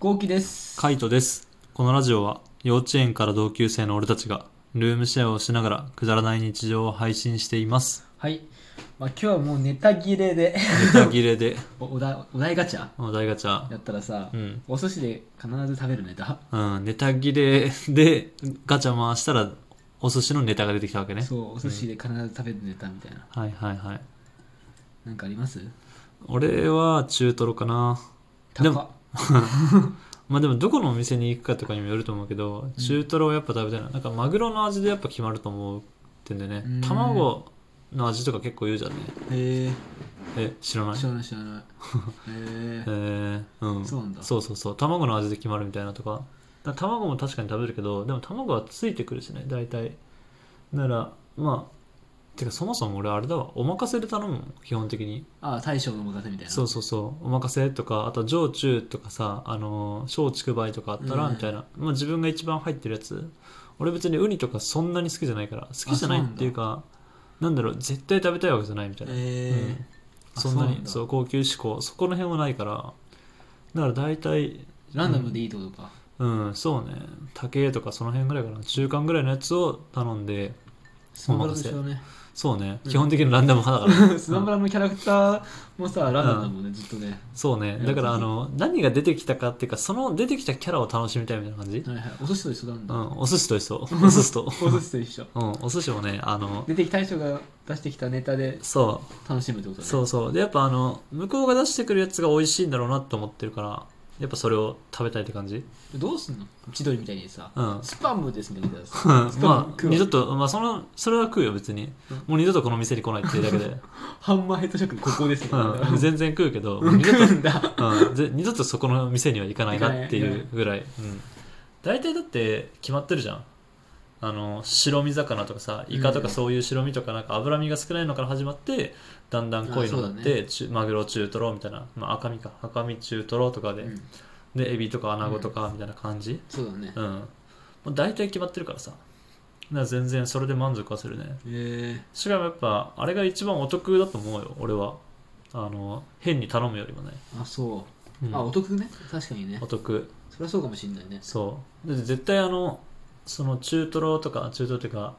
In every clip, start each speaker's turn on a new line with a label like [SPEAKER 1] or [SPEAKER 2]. [SPEAKER 1] 豪輝です
[SPEAKER 2] カイトです。このラジオは幼稚園から同級生の俺たちがルームシェアをしながらくだらない日常を配信しています。
[SPEAKER 1] はい、まあ、今日はもうネタ切れ で
[SPEAKER 2] ネタ切れで
[SPEAKER 1] おお題お題ガチャ
[SPEAKER 2] お題ガチャ。
[SPEAKER 1] やったらさ、
[SPEAKER 2] うん。
[SPEAKER 1] お寿司で必ず食べるネタ、
[SPEAKER 2] うん。ネタ切れでガチャ回したらお寿司のネタが出てきたわけね。
[SPEAKER 1] そうお寿司で必ず食べるネタみたいな
[SPEAKER 2] はいはいはい。
[SPEAKER 1] なんかあります
[SPEAKER 2] 俺は中トロかな。
[SPEAKER 1] 高
[SPEAKER 2] でもまあでもどこのお店に行くかとかにもよると思うけど、中トロはやっぱ食べたいな。なんかマグロの味でやっぱ決まると思うってんでね
[SPEAKER 1] うん。
[SPEAKER 2] 卵の味とか結構言うじゃんね。
[SPEAKER 1] へえ
[SPEAKER 2] え、知らない
[SPEAKER 1] 知らない知らないへ
[SPEAKER 2] へ
[SPEAKER 1] え
[SPEAKER 2] ーうん、
[SPEAKER 1] そうなんだ
[SPEAKER 2] そうそうそう卵の味で決まるみたいなとかだから卵も確かに食べるけどでも卵はついてくるしね大体ならまあてかそもそも俺あれだわお任せで頼むもん基本的に
[SPEAKER 1] ああ大将のお任せみたいな
[SPEAKER 2] そうそうそうお任せとかあと上中とかさあのー松竹梅とかあったら
[SPEAKER 1] うん
[SPEAKER 2] みたいな、まあ、自分が一番入ってるやつ俺別にウニとかそんなに好きじゃないから好きじゃないっていうかなんだろう絶対食べたいわけじゃないみたいな
[SPEAKER 1] へえ、
[SPEAKER 2] うん
[SPEAKER 1] あ
[SPEAKER 2] そんな
[SPEAKER 1] そう
[SPEAKER 2] に
[SPEAKER 1] なんだ
[SPEAKER 2] そう高級志向そこの辺はないからだから大体
[SPEAKER 1] ランダムでいいってことか、
[SPEAKER 2] うんそうね竹とかその辺ぐらいかな中間ぐらいのやつを頼んで
[SPEAKER 1] スマブラでしょうね
[SPEAKER 2] そうね、
[SPEAKER 1] うん
[SPEAKER 2] 基本的にランダム派だから
[SPEAKER 1] スマブラのキャラクターもさランダムだもんね、ずっとね
[SPEAKER 2] そうねだからあの何が出てきたかっていうかその出てきたキャラを楽しみたいみたいな感じ、
[SPEAKER 1] はいはいお寿司と一緒なん
[SPEAKER 2] う
[SPEAKER 1] だ、
[SPEAKER 2] ん、お寿司と一緒 お寿司と、
[SPEAKER 1] お寿司と一 緒
[SPEAKER 2] うん、お寿司もねあの
[SPEAKER 1] 出てきた人が出してきたネタで
[SPEAKER 2] そ
[SPEAKER 1] 楽しむってこと
[SPEAKER 2] う
[SPEAKER 1] ね
[SPEAKER 2] そうそうでやっぱあの向こうが出してくるやつが美味しいんだろうなと思ってるからやっぱそれを食べたいって感じ
[SPEAKER 1] どうすんの千鳥みたいにさ、
[SPEAKER 2] うん
[SPEAKER 1] スパムですみたいなさ
[SPEAKER 2] うん
[SPEAKER 1] スパム
[SPEAKER 2] まあ
[SPEAKER 1] 食う
[SPEAKER 2] 二度と、まあ、そのそれは食うよ別に、
[SPEAKER 1] うん
[SPEAKER 2] もう二度とこの店に来ないっていうだ けで、
[SPEAKER 1] ハンマーヘッドショックここですみたいな、
[SPEAKER 2] うん、全然食う けど、
[SPEAKER 1] う
[SPEAKER 2] もうん二度
[SPEAKER 1] 食
[SPEAKER 2] と、
[SPEAKER 1] うんだ
[SPEAKER 2] うん、ぜ二度とそこの店には行かないなっていうぐらい、うん、大体だって決まってるじゃんあの白身魚とかさイカと
[SPEAKER 1] うん
[SPEAKER 2] かそういう白身とかなんか脂身が少ないのから始まってだんだん濃い
[SPEAKER 1] あ
[SPEAKER 2] のになっ
[SPEAKER 1] そうだ
[SPEAKER 2] て、中マグロ中トロみたいな、まあ、赤身か赤身中トロとかで、
[SPEAKER 1] うん
[SPEAKER 2] でエビとかアナゴとかみたいな感じ、
[SPEAKER 1] そうだね
[SPEAKER 2] うん、もう大体決まってるからさだから全然それで満足はするね
[SPEAKER 1] へえ
[SPEAKER 2] しかもやっぱあれが一番お得だと思うよ俺はあの変に頼むよりもね、
[SPEAKER 1] あそうう、
[SPEAKER 2] ん
[SPEAKER 1] あお得ね確かにね
[SPEAKER 2] お得
[SPEAKER 1] そりゃそうかもしんないね
[SPEAKER 2] そうだって絶対あのその中トロとか中トロっていうか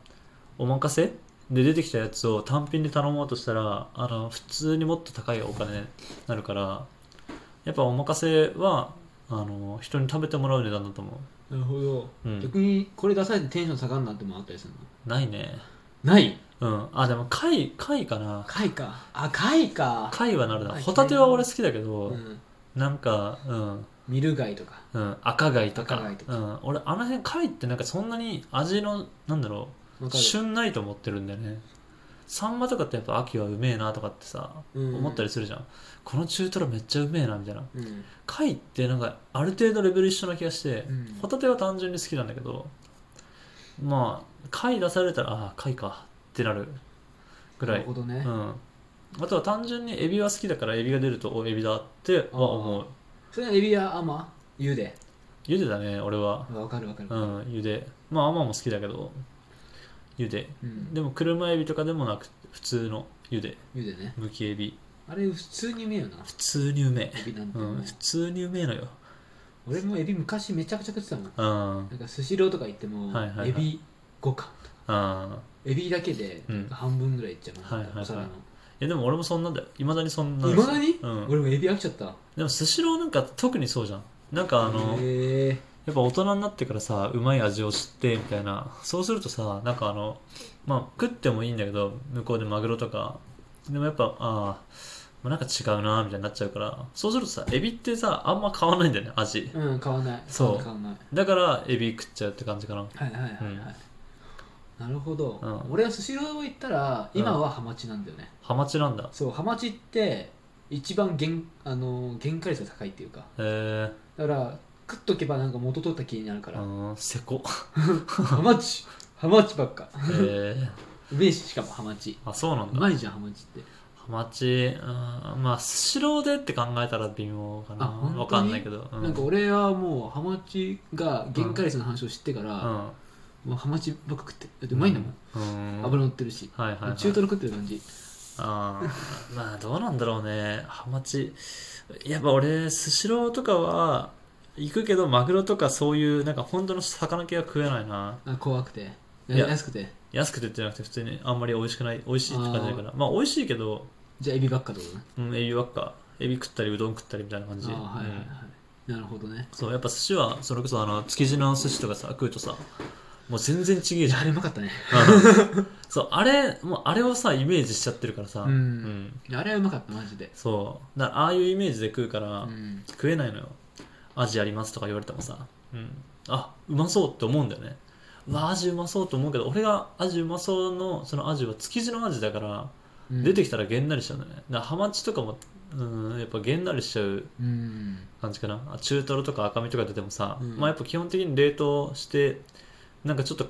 [SPEAKER 2] お任せで出てきたやつを単品で頼もうとしたらあの普通にもっと高いお金になるからやっぱお任せはあの人に食べてもらう値段だと思
[SPEAKER 1] なるほど、
[SPEAKER 2] う、うん、
[SPEAKER 1] 逆にこれ出されてテンション下がるなってもあったりするの
[SPEAKER 2] ないね
[SPEAKER 1] ない
[SPEAKER 2] うんあでも貝貝かな
[SPEAKER 1] 貝かあ貝か
[SPEAKER 2] 貝はなるな
[SPEAKER 1] 貝
[SPEAKER 2] ホタテは俺好きだけど、
[SPEAKER 1] うん
[SPEAKER 2] なんかうん
[SPEAKER 1] ミル貝とか
[SPEAKER 2] うん、赤貝とか
[SPEAKER 1] 赤貝とか
[SPEAKER 2] うん、俺あの辺貝ってなんかそんなに味のなんだろ
[SPEAKER 1] わ
[SPEAKER 2] う
[SPEAKER 1] かる
[SPEAKER 2] 旬ないと思ってるんだよねサンマとかってやっぱ秋はうめえなとかってさ、
[SPEAKER 1] うん
[SPEAKER 2] 思ったりするじゃんこの中トロめっちゃうめえなみたいな
[SPEAKER 1] うん
[SPEAKER 2] 貝ってなんかある程度レベル一緒な気がして、
[SPEAKER 1] うん
[SPEAKER 2] ホタテは単純に好きなんだけどまあ貝出されたらああ貝かってなるぐら
[SPEAKER 1] ないるほどね、
[SPEAKER 2] うん、あとは単純にエビは好きだからエビが出るとおエビだっては思う
[SPEAKER 1] それはエビやアマ茹で
[SPEAKER 2] 茹でだね俺は
[SPEAKER 1] わかるわかる
[SPEAKER 2] う、ん茹でまあアマも好きだけど茹で
[SPEAKER 1] うん、
[SPEAKER 2] でも車エビとかでもなく普通の茹で
[SPEAKER 1] 茹でね
[SPEAKER 2] むきエビ
[SPEAKER 1] あれ普通にうめえよな
[SPEAKER 2] 普通にうめえ
[SPEAKER 1] エビなんて
[SPEAKER 2] う
[SPEAKER 1] もう、
[SPEAKER 2] ん、普通にうめえのよ
[SPEAKER 1] 俺もエビ昔めちゃくちゃ食ってたもん
[SPEAKER 2] うん
[SPEAKER 1] なんかスシローとか行っても、
[SPEAKER 2] はいはいはい
[SPEAKER 1] エビ5貫
[SPEAKER 2] うん
[SPEAKER 1] エビだけで
[SPEAKER 2] うん
[SPEAKER 1] 半分ぐらいいっちゃうもん、
[SPEAKER 2] はいはいはい
[SPEAKER 1] お皿の
[SPEAKER 2] いやでも俺もそんなんだよいまだにそんなん
[SPEAKER 1] いまだに、
[SPEAKER 2] うん、
[SPEAKER 1] 俺もエビ飽きちゃった
[SPEAKER 2] でもスシローなんか特にそうじゃんなんかあの
[SPEAKER 1] へえ
[SPEAKER 2] やっぱ大人になってからさうまい味を知ってみたいなそうするとさなんかあのまあ食ってもいいんだけど向こうでマグロとかでもやっぱああまあなんか違うなみたいになっちゃうからそうするとさエビってさあんま変わんないんだよね味
[SPEAKER 1] うん買わない
[SPEAKER 2] そう
[SPEAKER 1] 買わない
[SPEAKER 2] だからエビ食っちゃうって感じかな
[SPEAKER 1] はいはいはいはい、
[SPEAKER 2] うん
[SPEAKER 1] なるほど、
[SPEAKER 2] うん
[SPEAKER 1] 俺はスシロー行ったら
[SPEAKER 2] うん
[SPEAKER 1] 今はハマチなんだよね、
[SPEAKER 2] ハマチなんだ
[SPEAKER 1] そうハマチって一番原あの原価率が高いっていうか
[SPEAKER 2] へ
[SPEAKER 1] だから食っとけばなんか元取った気になるか
[SPEAKER 2] えう
[SPEAKER 1] ら、
[SPEAKER 2] んせこ
[SPEAKER 1] ハマチハマチばっか
[SPEAKER 2] へえ
[SPEAKER 1] うめえししかもハマチ
[SPEAKER 2] あそうなん
[SPEAKER 1] う
[SPEAKER 2] だ
[SPEAKER 1] まいじゃんハマチって
[SPEAKER 2] ハマチうんまあスシローでって考えたら微妙かな
[SPEAKER 1] あ本当に
[SPEAKER 2] わかんないけど、う
[SPEAKER 1] なんか俺はもうハマチが原価率の話を知ってか
[SPEAKER 2] う
[SPEAKER 1] ら、
[SPEAKER 2] ん
[SPEAKER 1] もうハマチばっか食ってだってうまいんだもん、
[SPEAKER 2] うん
[SPEAKER 1] 油乗ってるし、
[SPEAKER 2] はいはい、はい、
[SPEAKER 1] 中トロ食ってる感じ
[SPEAKER 2] あーまあどうなんだろうねハマチやっぱ俺スシローとかは行くけどマグロとかそういうなんか本当の魚系は食えないな
[SPEAKER 1] あ怖くて
[SPEAKER 2] いや
[SPEAKER 1] 安くて
[SPEAKER 2] 安くてってじゃなくて普通にあんまり美味しくない美味しいって感じだからまあ美味しいけど、
[SPEAKER 1] じゃあエビばっかってことね
[SPEAKER 2] うん、エビばっかエビ食ったりうどん食ったりみたいな感じ、
[SPEAKER 1] ああはいはいは
[SPEAKER 2] う
[SPEAKER 1] い
[SPEAKER 2] ん、
[SPEAKER 1] なるほどね
[SPEAKER 2] そうやっぱ寿司はそれこそあの築地の寿司とかさ食うとさもう全然ちげえ
[SPEAKER 1] い
[SPEAKER 2] じゃ
[SPEAKER 1] や
[SPEAKER 2] ん
[SPEAKER 1] あれうまかったね
[SPEAKER 2] うん そうあれもうあれをさイメージしちゃってるからさ、
[SPEAKER 1] うん
[SPEAKER 2] うん
[SPEAKER 1] いやあれはうまかったマジで
[SPEAKER 2] そうだからああいうイメージで食うから、
[SPEAKER 1] うん
[SPEAKER 2] 食えないのよアジありますとか言われてもさ、うん、あうまそうって思うんだよねうわアジうまそうと思うけど俺がアジうまそうのそのアジは築地のアジだから、
[SPEAKER 1] うん
[SPEAKER 2] 出てきたらげんなりしちゃうんだよねだからハマチとかもうんやっぱげんなりしちゃう
[SPEAKER 1] うん
[SPEAKER 2] 感じかなあ中トロとか赤身とか出てもさ、
[SPEAKER 1] うん
[SPEAKER 2] まあやっぱ基本的に冷凍してなんかちょっと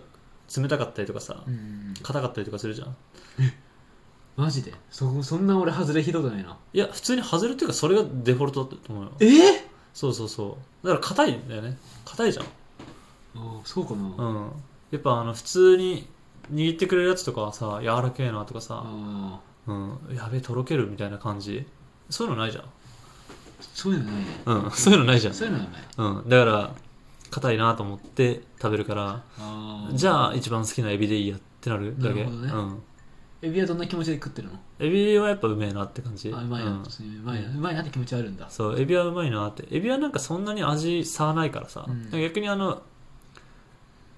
[SPEAKER 2] 冷たかったりとかさ
[SPEAKER 1] うん
[SPEAKER 2] 硬かったりとかするじゃん
[SPEAKER 1] マジでそそんな俺外れひどくないない
[SPEAKER 2] や普通に外れっていうかそれがデフォルトだと思うよ
[SPEAKER 1] え
[SPEAKER 2] そうそうそうだから硬いんだよね硬いじゃん
[SPEAKER 1] あそうかな
[SPEAKER 2] うんやっぱあの普通に握ってくれるやつとかはさ柔らけえなとかさ、
[SPEAKER 1] あ
[SPEAKER 2] うん、やべえとろけるみたいな感じそういうのないじゃん
[SPEAKER 1] ーそういうのないね
[SPEAKER 2] うん そういうのないじゃん、
[SPEAKER 1] そういうのはない
[SPEAKER 2] うん、だから硬いなと思って食べるから
[SPEAKER 1] あ
[SPEAKER 2] じゃ
[SPEAKER 1] あ
[SPEAKER 2] あ一番好きなエビでいいやってなるだけ
[SPEAKER 1] なるほどね
[SPEAKER 2] うん、
[SPEAKER 1] エビはどんな気持ちで食ってるの
[SPEAKER 2] エビはやっぱうめえなって感じ
[SPEAKER 1] あうまいな、
[SPEAKER 2] う
[SPEAKER 1] うんうまいなうまいなって気持ちはあるんだ
[SPEAKER 2] そうエビはうまいなってエビはなんかそんなに味差はないからさ、
[SPEAKER 1] うん
[SPEAKER 2] 逆にあの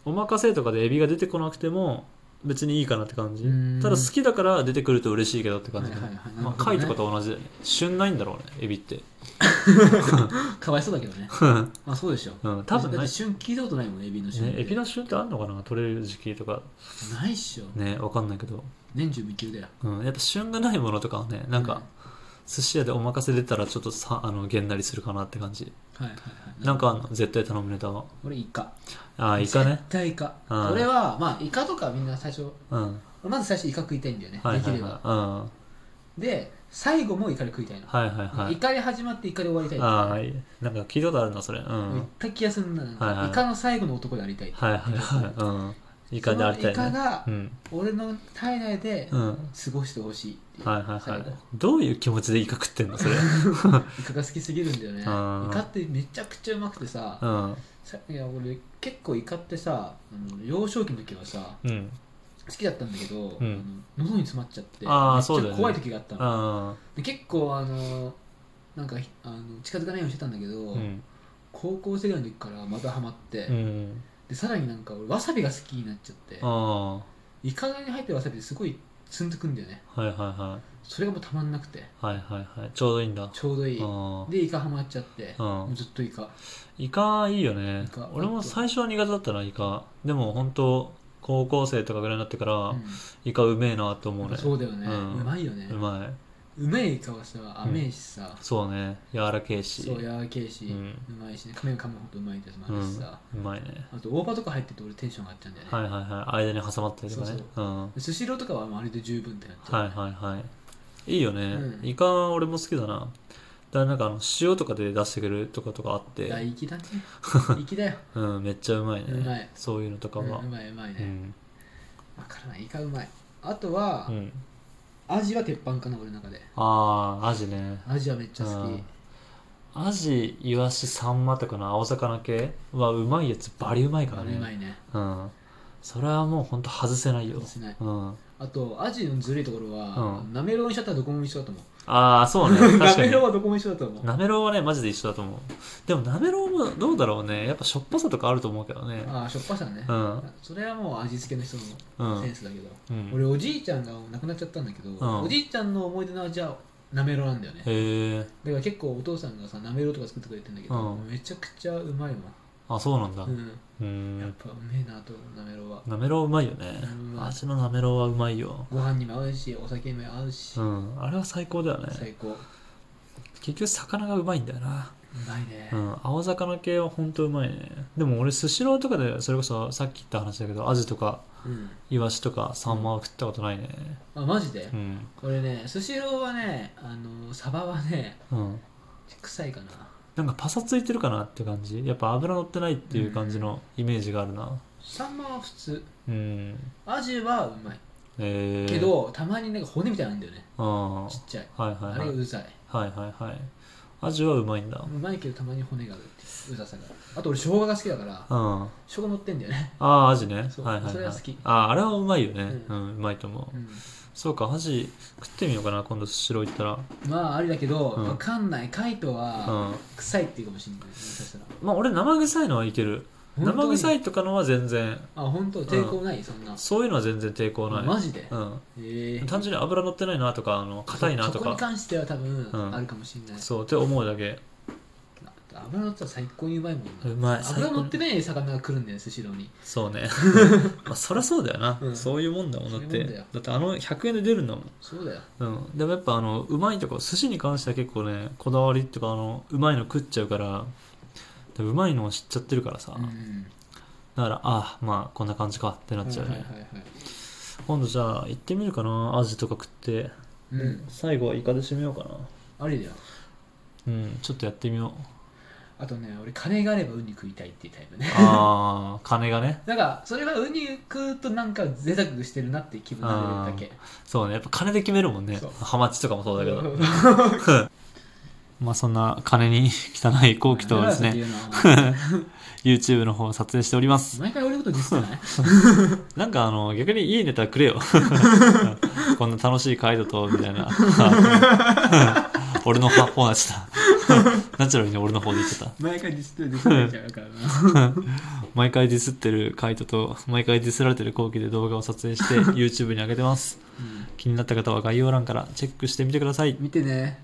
[SPEAKER 2] お任せとかでエビが出てこなくても別にいいかなって感じ
[SPEAKER 1] うん
[SPEAKER 2] ただ好きだから出てくると嬉しいけどって感じ、
[SPEAKER 1] はいはいはい
[SPEAKER 2] ま
[SPEAKER 1] な
[SPEAKER 2] あ、
[SPEAKER 1] るほどね
[SPEAKER 2] 貝とかと同じだよね旬ないんだろうねエビって、
[SPEAKER 1] かわいそうだけど ねまあそうでしょ
[SPEAKER 2] うん、多分
[SPEAKER 1] だっ
[SPEAKER 2] ない
[SPEAKER 1] て、旬聞いたことないもんエビの旬っ
[SPEAKER 2] ね、
[SPEAKER 1] て
[SPEAKER 2] エビの旬ってあるのかな取れる時期とか
[SPEAKER 1] ないっしょ
[SPEAKER 2] ねわかんないけど、
[SPEAKER 1] 年中無休だよ
[SPEAKER 2] うん、やっぱ旬がないものとかはねなんか寿司屋でお任せ出たらちょっとさあのげんなりするかなって感じ
[SPEAKER 1] はいはいはい
[SPEAKER 2] なんかあんの絶対頼むネタは
[SPEAKER 1] 俺イカ
[SPEAKER 2] ああイカね
[SPEAKER 1] 絶対イカ
[SPEAKER 2] うん
[SPEAKER 1] 俺はまあイカとかみんな最初
[SPEAKER 2] うん
[SPEAKER 1] 俺まず最初イカ食いたいんだよね
[SPEAKER 2] は
[SPEAKER 1] で
[SPEAKER 2] いは
[SPEAKER 1] き
[SPEAKER 2] い
[SPEAKER 1] れ
[SPEAKER 2] は
[SPEAKER 1] ば
[SPEAKER 2] い、うん
[SPEAKER 1] で最後もイカで食いたいの
[SPEAKER 2] はいはいはい。
[SPEAKER 1] イカで始まってイカで終わりたい
[SPEAKER 2] ああ、いなんか聞いたことあるな、それ。うん。は
[SPEAKER 1] もう
[SPEAKER 2] い
[SPEAKER 1] 一回気がするんだなんか
[SPEAKER 2] はいはい
[SPEAKER 1] イカの最後の男でありたい
[SPEAKER 2] はいはい。うん。イカでありたい
[SPEAKER 1] そのイカ
[SPEAKER 2] ね。
[SPEAKER 1] が
[SPEAKER 2] うん。
[SPEAKER 1] 俺の体内で
[SPEAKER 2] うん。
[SPEAKER 1] 過ごしてほしいっていう
[SPEAKER 2] はいはい
[SPEAKER 1] 最
[SPEAKER 2] は
[SPEAKER 1] 後
[SPEAKER 2] い。どういう気持ちでイカ食ってんの、それ。
[SPEAKER 1] イカが好きすぎるんだよねイ
[SPEAKER 2] あー
[SPEAKER 1] カってめちゃくちゃうまくてさ
[SPEAKER 2] うん。
[SPEAKER 1] さいや俺結構イカってさあの幼少期の時はさ
[SPEAKER 2] うん。
[SPEAKER 1] 好きだったんだけど、
[SPEAKER 2] うん
[SPEAKER 1] あの喉に詰まっちゃって
[SPEAKER 2] あー
[SPEAKER 1] めっちゃ
[SPEAKER 2] そうだよね
[SPEAKER 1] 怖い時があったの
[SPEAKER 2] あ
[SPEAKER 1] で結構あのなんかあの近づかないようにしてたんだけど、
[SPEAKER 2] あ。うん。
[SPEAKER 1] 高校生ぐらいの時からまたハマって、
[SPEAKER 2] うん。
[SPEAKER 1] でさらになんか俺わさびが好きになっちゃって
[SPEAKER 2] あ
[SPEAKER 1] イカに入ってるわさびですごいつんづくんだよね
[SPEAKER 2] あ。はいはいはい。
[SPEAKER 1] それがもうたまんなくて
[SPEAKER 2] はいはいはい。ちょうどいいんだ。
[SPEAKER 1] ちょうどいい
[SPEAKER 2] ああ。
[SPEAKER 1] でイカハマっちゃって
[SPEAKER 2] うん
[SPEAKER 1] もうずっとイカ
[SPEAKER 2] イカいいよね
[SPEAKER 1] イカ。
[SPEAKER 2] 俺も最初は苦手だったな、イカ。でも本当高校生とかぐらいになってから、
[SPEAKER 1] う
[SPEAKER 2] イカうめえなって思うんね。
[SPEAKER 1] そうだよね、
[SPEAKER 2] う
[SPEAKER 1] うんまいよね
[SPEAKER 2] うまい。
[SPEAKER 1] うめえイカはさ甘えしさ、
[SPEAKER 2] そうね。柔らけえし。
[SPEAKER 1] そう
[SPEAKER 2] う
[SPEAKER 1] やわらけえし、
[SPEAKER 2] う
[SPEAKER 1] うんまいしね噛めば噛むほどうまいですもあるしさ、
[SPEAKER 2] まいね。
[SPEAKER 1] あと大葉とか入ってて俺テンション上がっちゃうんだよね、
[SPEAKER 2] はいはいはい間に挟まったりとかね
[SPEAKER 1] そう
[SPEAKER 2] うん
[SPEAKER 1] スシローとかはまるで十分ってなっちゃう、
[SPEAKER 2] はいはいはいいいよね、
[SPEAKER 1] うん
[SPEAKER 2] イカ俺も好きだなだからなんかあの塩とかで出してくれるとことかあって、
[SPEAKER 1] 大粋だね 粋だよ
[SPEAKER 2] うん、めっちゃうまいね
[SPEAKER 1] うまい
[SPEAKER 2] そういうのとか
[SPEAKER 1] う
[SPEAKER 2] は
[SPEAKER 1] んうまいうまいうね、
[SPEAKER 2] ん
[SPEAKER 1] わからないイカうまいあとは、
[SPEAKER 2] うん
[SPEAKER 1] アジは鉄板かな俺の中で
[SPEAKER 2] ああアジね
[SPEAKER 1] アジはめっちゃ好き
[SPEAKER 2] アジイワシサンマとかの青魚系はうまいやつバリうまいから
[SPEAKER 1] あれうま
[SPEAKER 2] ね
[SPEAKER 1] いね
[SPEAKER 2] うんそれはもうほんと外せないよ
[SPEAKER 1] 外せない
[SPEAKER 2] うん
[SPEAKER 1] あとアジのずるいところは、
[SPEAKER 2] うん
[SPEAKER 1] なめろうにしちゃったらどこも一緒だと思
[SPEAKER 2] ああそうね
[SPEAKER 1] う
[SPEAKER 2] 確
[SPEAKER 1] な
[SPEAKER 2] か
[SPEAKER 1] め
[SPEAKER 2] に
[SPEAKER 1] ろうはどこも一緒だと思う
[SPEAKER 2] なめろうはね、マジで一緒だと思う。でも、なめろうもどうだろうね。やっぱしょっぱさとかあると思うけどね。
[SPEAKER 1] ああしょっぱさね、
[SPEAKER 2] うん。
[SPEAKER 1] それはもう味付けの人
[SPEAKER 2] う
[SPEAKER 1] のセ
[SPEAKER 2] ん
[SPEAKER 1] ン。スだけど、
[SPEAKER 2] うん、
[SPEAKER 1] 俺おじいちゃんが亡くなっちゃったんだけど、
[SPEAKER 2] ん
[SPEAKER 1] おじいちゃんの思い出の味はなめろうなんだよね
[SPEAKER 2] へえ。
[SPEAKER 1] だから結構お父さんがさなめろうとか作ってくれてんだけど、
[SPEAKER 2] うん
[SPEAKER 1] めちゃくちゃうまいわ、
[SPEAKER 2] あ、そうなんだ。
[SPEAKER 1] う、
[SPEAKER 2] うんー
[SPEAKER 1] やっ
[SPEAKER 2] ん。
[SPEAKER 1] ぱうめえなとなめろうは
[SPEAKER 2] なめろううまいよね
[SPEAKER 1] う。まい
[SPEAKER 2] 味のなめろうはうまいよ。
[SPEAKER 1] ご飯にも合うしお酒にも合うし、
[SPEAKER 2] うん。あれは最高だよね。
[SPEAKER 1] 最高う
[SPEAKER 2] 結局、魚がうまいんだよな。
[SPEAKER 1] まいね、
[SPEAKER 2] うん。青魚系はほんとうまいね。でも、俺、スシローとかで、それこそさっき言った話だけど、アジとか、
[SPEAKER 1] うん
[SPEAKER 2] イワシとか、サンマは食ったことないね。
[SPEAKER 1] あマジで、
[SPEAKER 2] うん。
[SPEAKER 1] これねスシローはねあのサバはね
[SPEAKER 2] うん。
[SPEAKER 1] 臭いかな
[SPEAKER 2] なんかパサついてるかなって感じやっぱ油乗ってないっていう感じのイメージがあるな
[SPEAKER 1] サンマは普通
[SPEAKER 2] うん
[SPEAKER 1] アジはうまい
[SPEAKER 2] えー、
[SPEAKER 1] けど、たまになんか骨みたいなんだよね
[SPEAKER 2] あ
[SPEAKER 1] ちっちゃい
[SPEAKER 2] あはい
[SPEAKER 1] あ
[SPEAKER 2] はい
[SPEAKER 1] れ
[SPEAKER 2] は
[SPEAKER 1] が
[SPEAKER 2] いう
[SPEAKER 1] ざい
[SPEAKER 2] はいはいはいアジはうまいんだ
[SPEAKER 1] うまいけどたまに骨があるっていううざさがあと俺生姜が好きだから
[SPEAKER 2] うんあ
[SPEAKER 1] 生姜乗ってんだよね
[SPEAKER 2] あーアジね
[SPEAKER 1] そう
[SPEAKER 2] はいはい、はい、
[SPEAKER 1] それは好き
[SPEAKER 2] あああれはうまいよねう、
[SPEAKER 1] うん
[SPEAKER 2] うまいと思う
[SPEAKER 1] うん
[SPEAKER 2] そうかアジ食ってみようかな今度スシロー行ったら
[SPEAKER 1] まあありだけど、
[SPEAKER 2] うん
[SPEAKER 1] わかんないカイトは
[SPEAKER 2] うん
[SPEAKER 1] 臭いっていうかもしれない、ね、そしたら
[SPEAKER 2] まあ俺生臭いのはいける生臭
[SPEAKER 1] い
[SPEAKER 2] いとかのは全然
[SPEAKER 1] あ本当抵抗ない、そんな
[SPEAKER 2] そういうのは全然抵抗ない、
[SPEAKER 1] マジで、
[SPEAKER 2] うん、
[SPEAKER 1] ええ
[SPEAKER 2] 単純に油乗ってないなとかあの硬いな
[SPEAKER 1] そ
[SPEAKER 2] と
[SPEAKER 1] こに
[SPEAKER 2] か
[SPEAKER 1] 関しては多分、
[SPEAKER 2] うん
[SPEAKER 1] あるかもしれない
[SPEAKER 2] そうって思うだけ
[SPEAKER 1] 油乗ってたら最高にうまいもん
[SPEAKER 2] う
[SPEAKER 1] な
[SPEAKER 2] まい
[SPEAKER 1] 油乗って
[SPEAKER 2] ね
[SPEAKER 1] ない魚が来るんだよスシローに
[SPEAKER 2] そうね まあそりゃそうだよな、
[SPEAKER 1] うん
[SPEAKER 2] そういうもんだもんだっ
[SPEAKER 1] そうい
[SPEAKER 2] て
[SPEAKER 1] うもんだ
[SPEAKER 2] だ
[SPEAKER 1] よ
[SPEAKER 2] ってあの100円で出るんだもん、
[SPEAKER 1] そうだよ
[SPEAKER 2] うん、でもやっぱあのうまいとか寿司に関しては結構ねこだわりっていうかあのうまいの食っちゃうからでうまいのを知っちゃってるからさ、
[SPEAKER 1] うん
[SPEAKER 2] だからああまあこんな感じかってなっちゃうね、
[SPEAKER 1] はいはいはいはい
[SPEAKER 2] 今度じゃあ行ってみるかなアジとか食って、
[SPEAKER 1] うん
[SPEAKER 2] 最後はイカで締めようかな
[SPEAKER 1] ありだよ
[SPEAKER 2] うんちょっとやってみよう
[SPEAKER 1] あとね俺金があればウニ食いたいっていうタイプね
[SPEAKER 2] ああ 金がね
[SPEAKER 1] なんかそれはウニ食うとなんか贅沢してるなって気分になれるだけ
[SPEAKER 2] そうねやっぱ金で決めるもんね
[SPEAKER 1] そう
[SPEAKER 2] ハマチとかもそうだ けど
[SPEAKER 1] だ
[SPEAKER 2] まあそんな金に 汚い後期 とですね YouTube の方撮影しております
[SPEAKER 1] 毎回俺のことディスってない
[SPEAKER 2] なんかあの逆にいいネタくれよこんな楽しい回だとみたいな俺の方になっちゃったナチュラルに俺の方で言ってた
[SPEAKER 1] 毎回ディスってるディスってちゃう からな
[SPEAKER 2] 毎回ディスってるカイトと毎回ディスられてる後期で動画を撮影して YouTube に上げてます気になった方は概要欄からチェックしてみてください
[SPEAKER 1] 見てね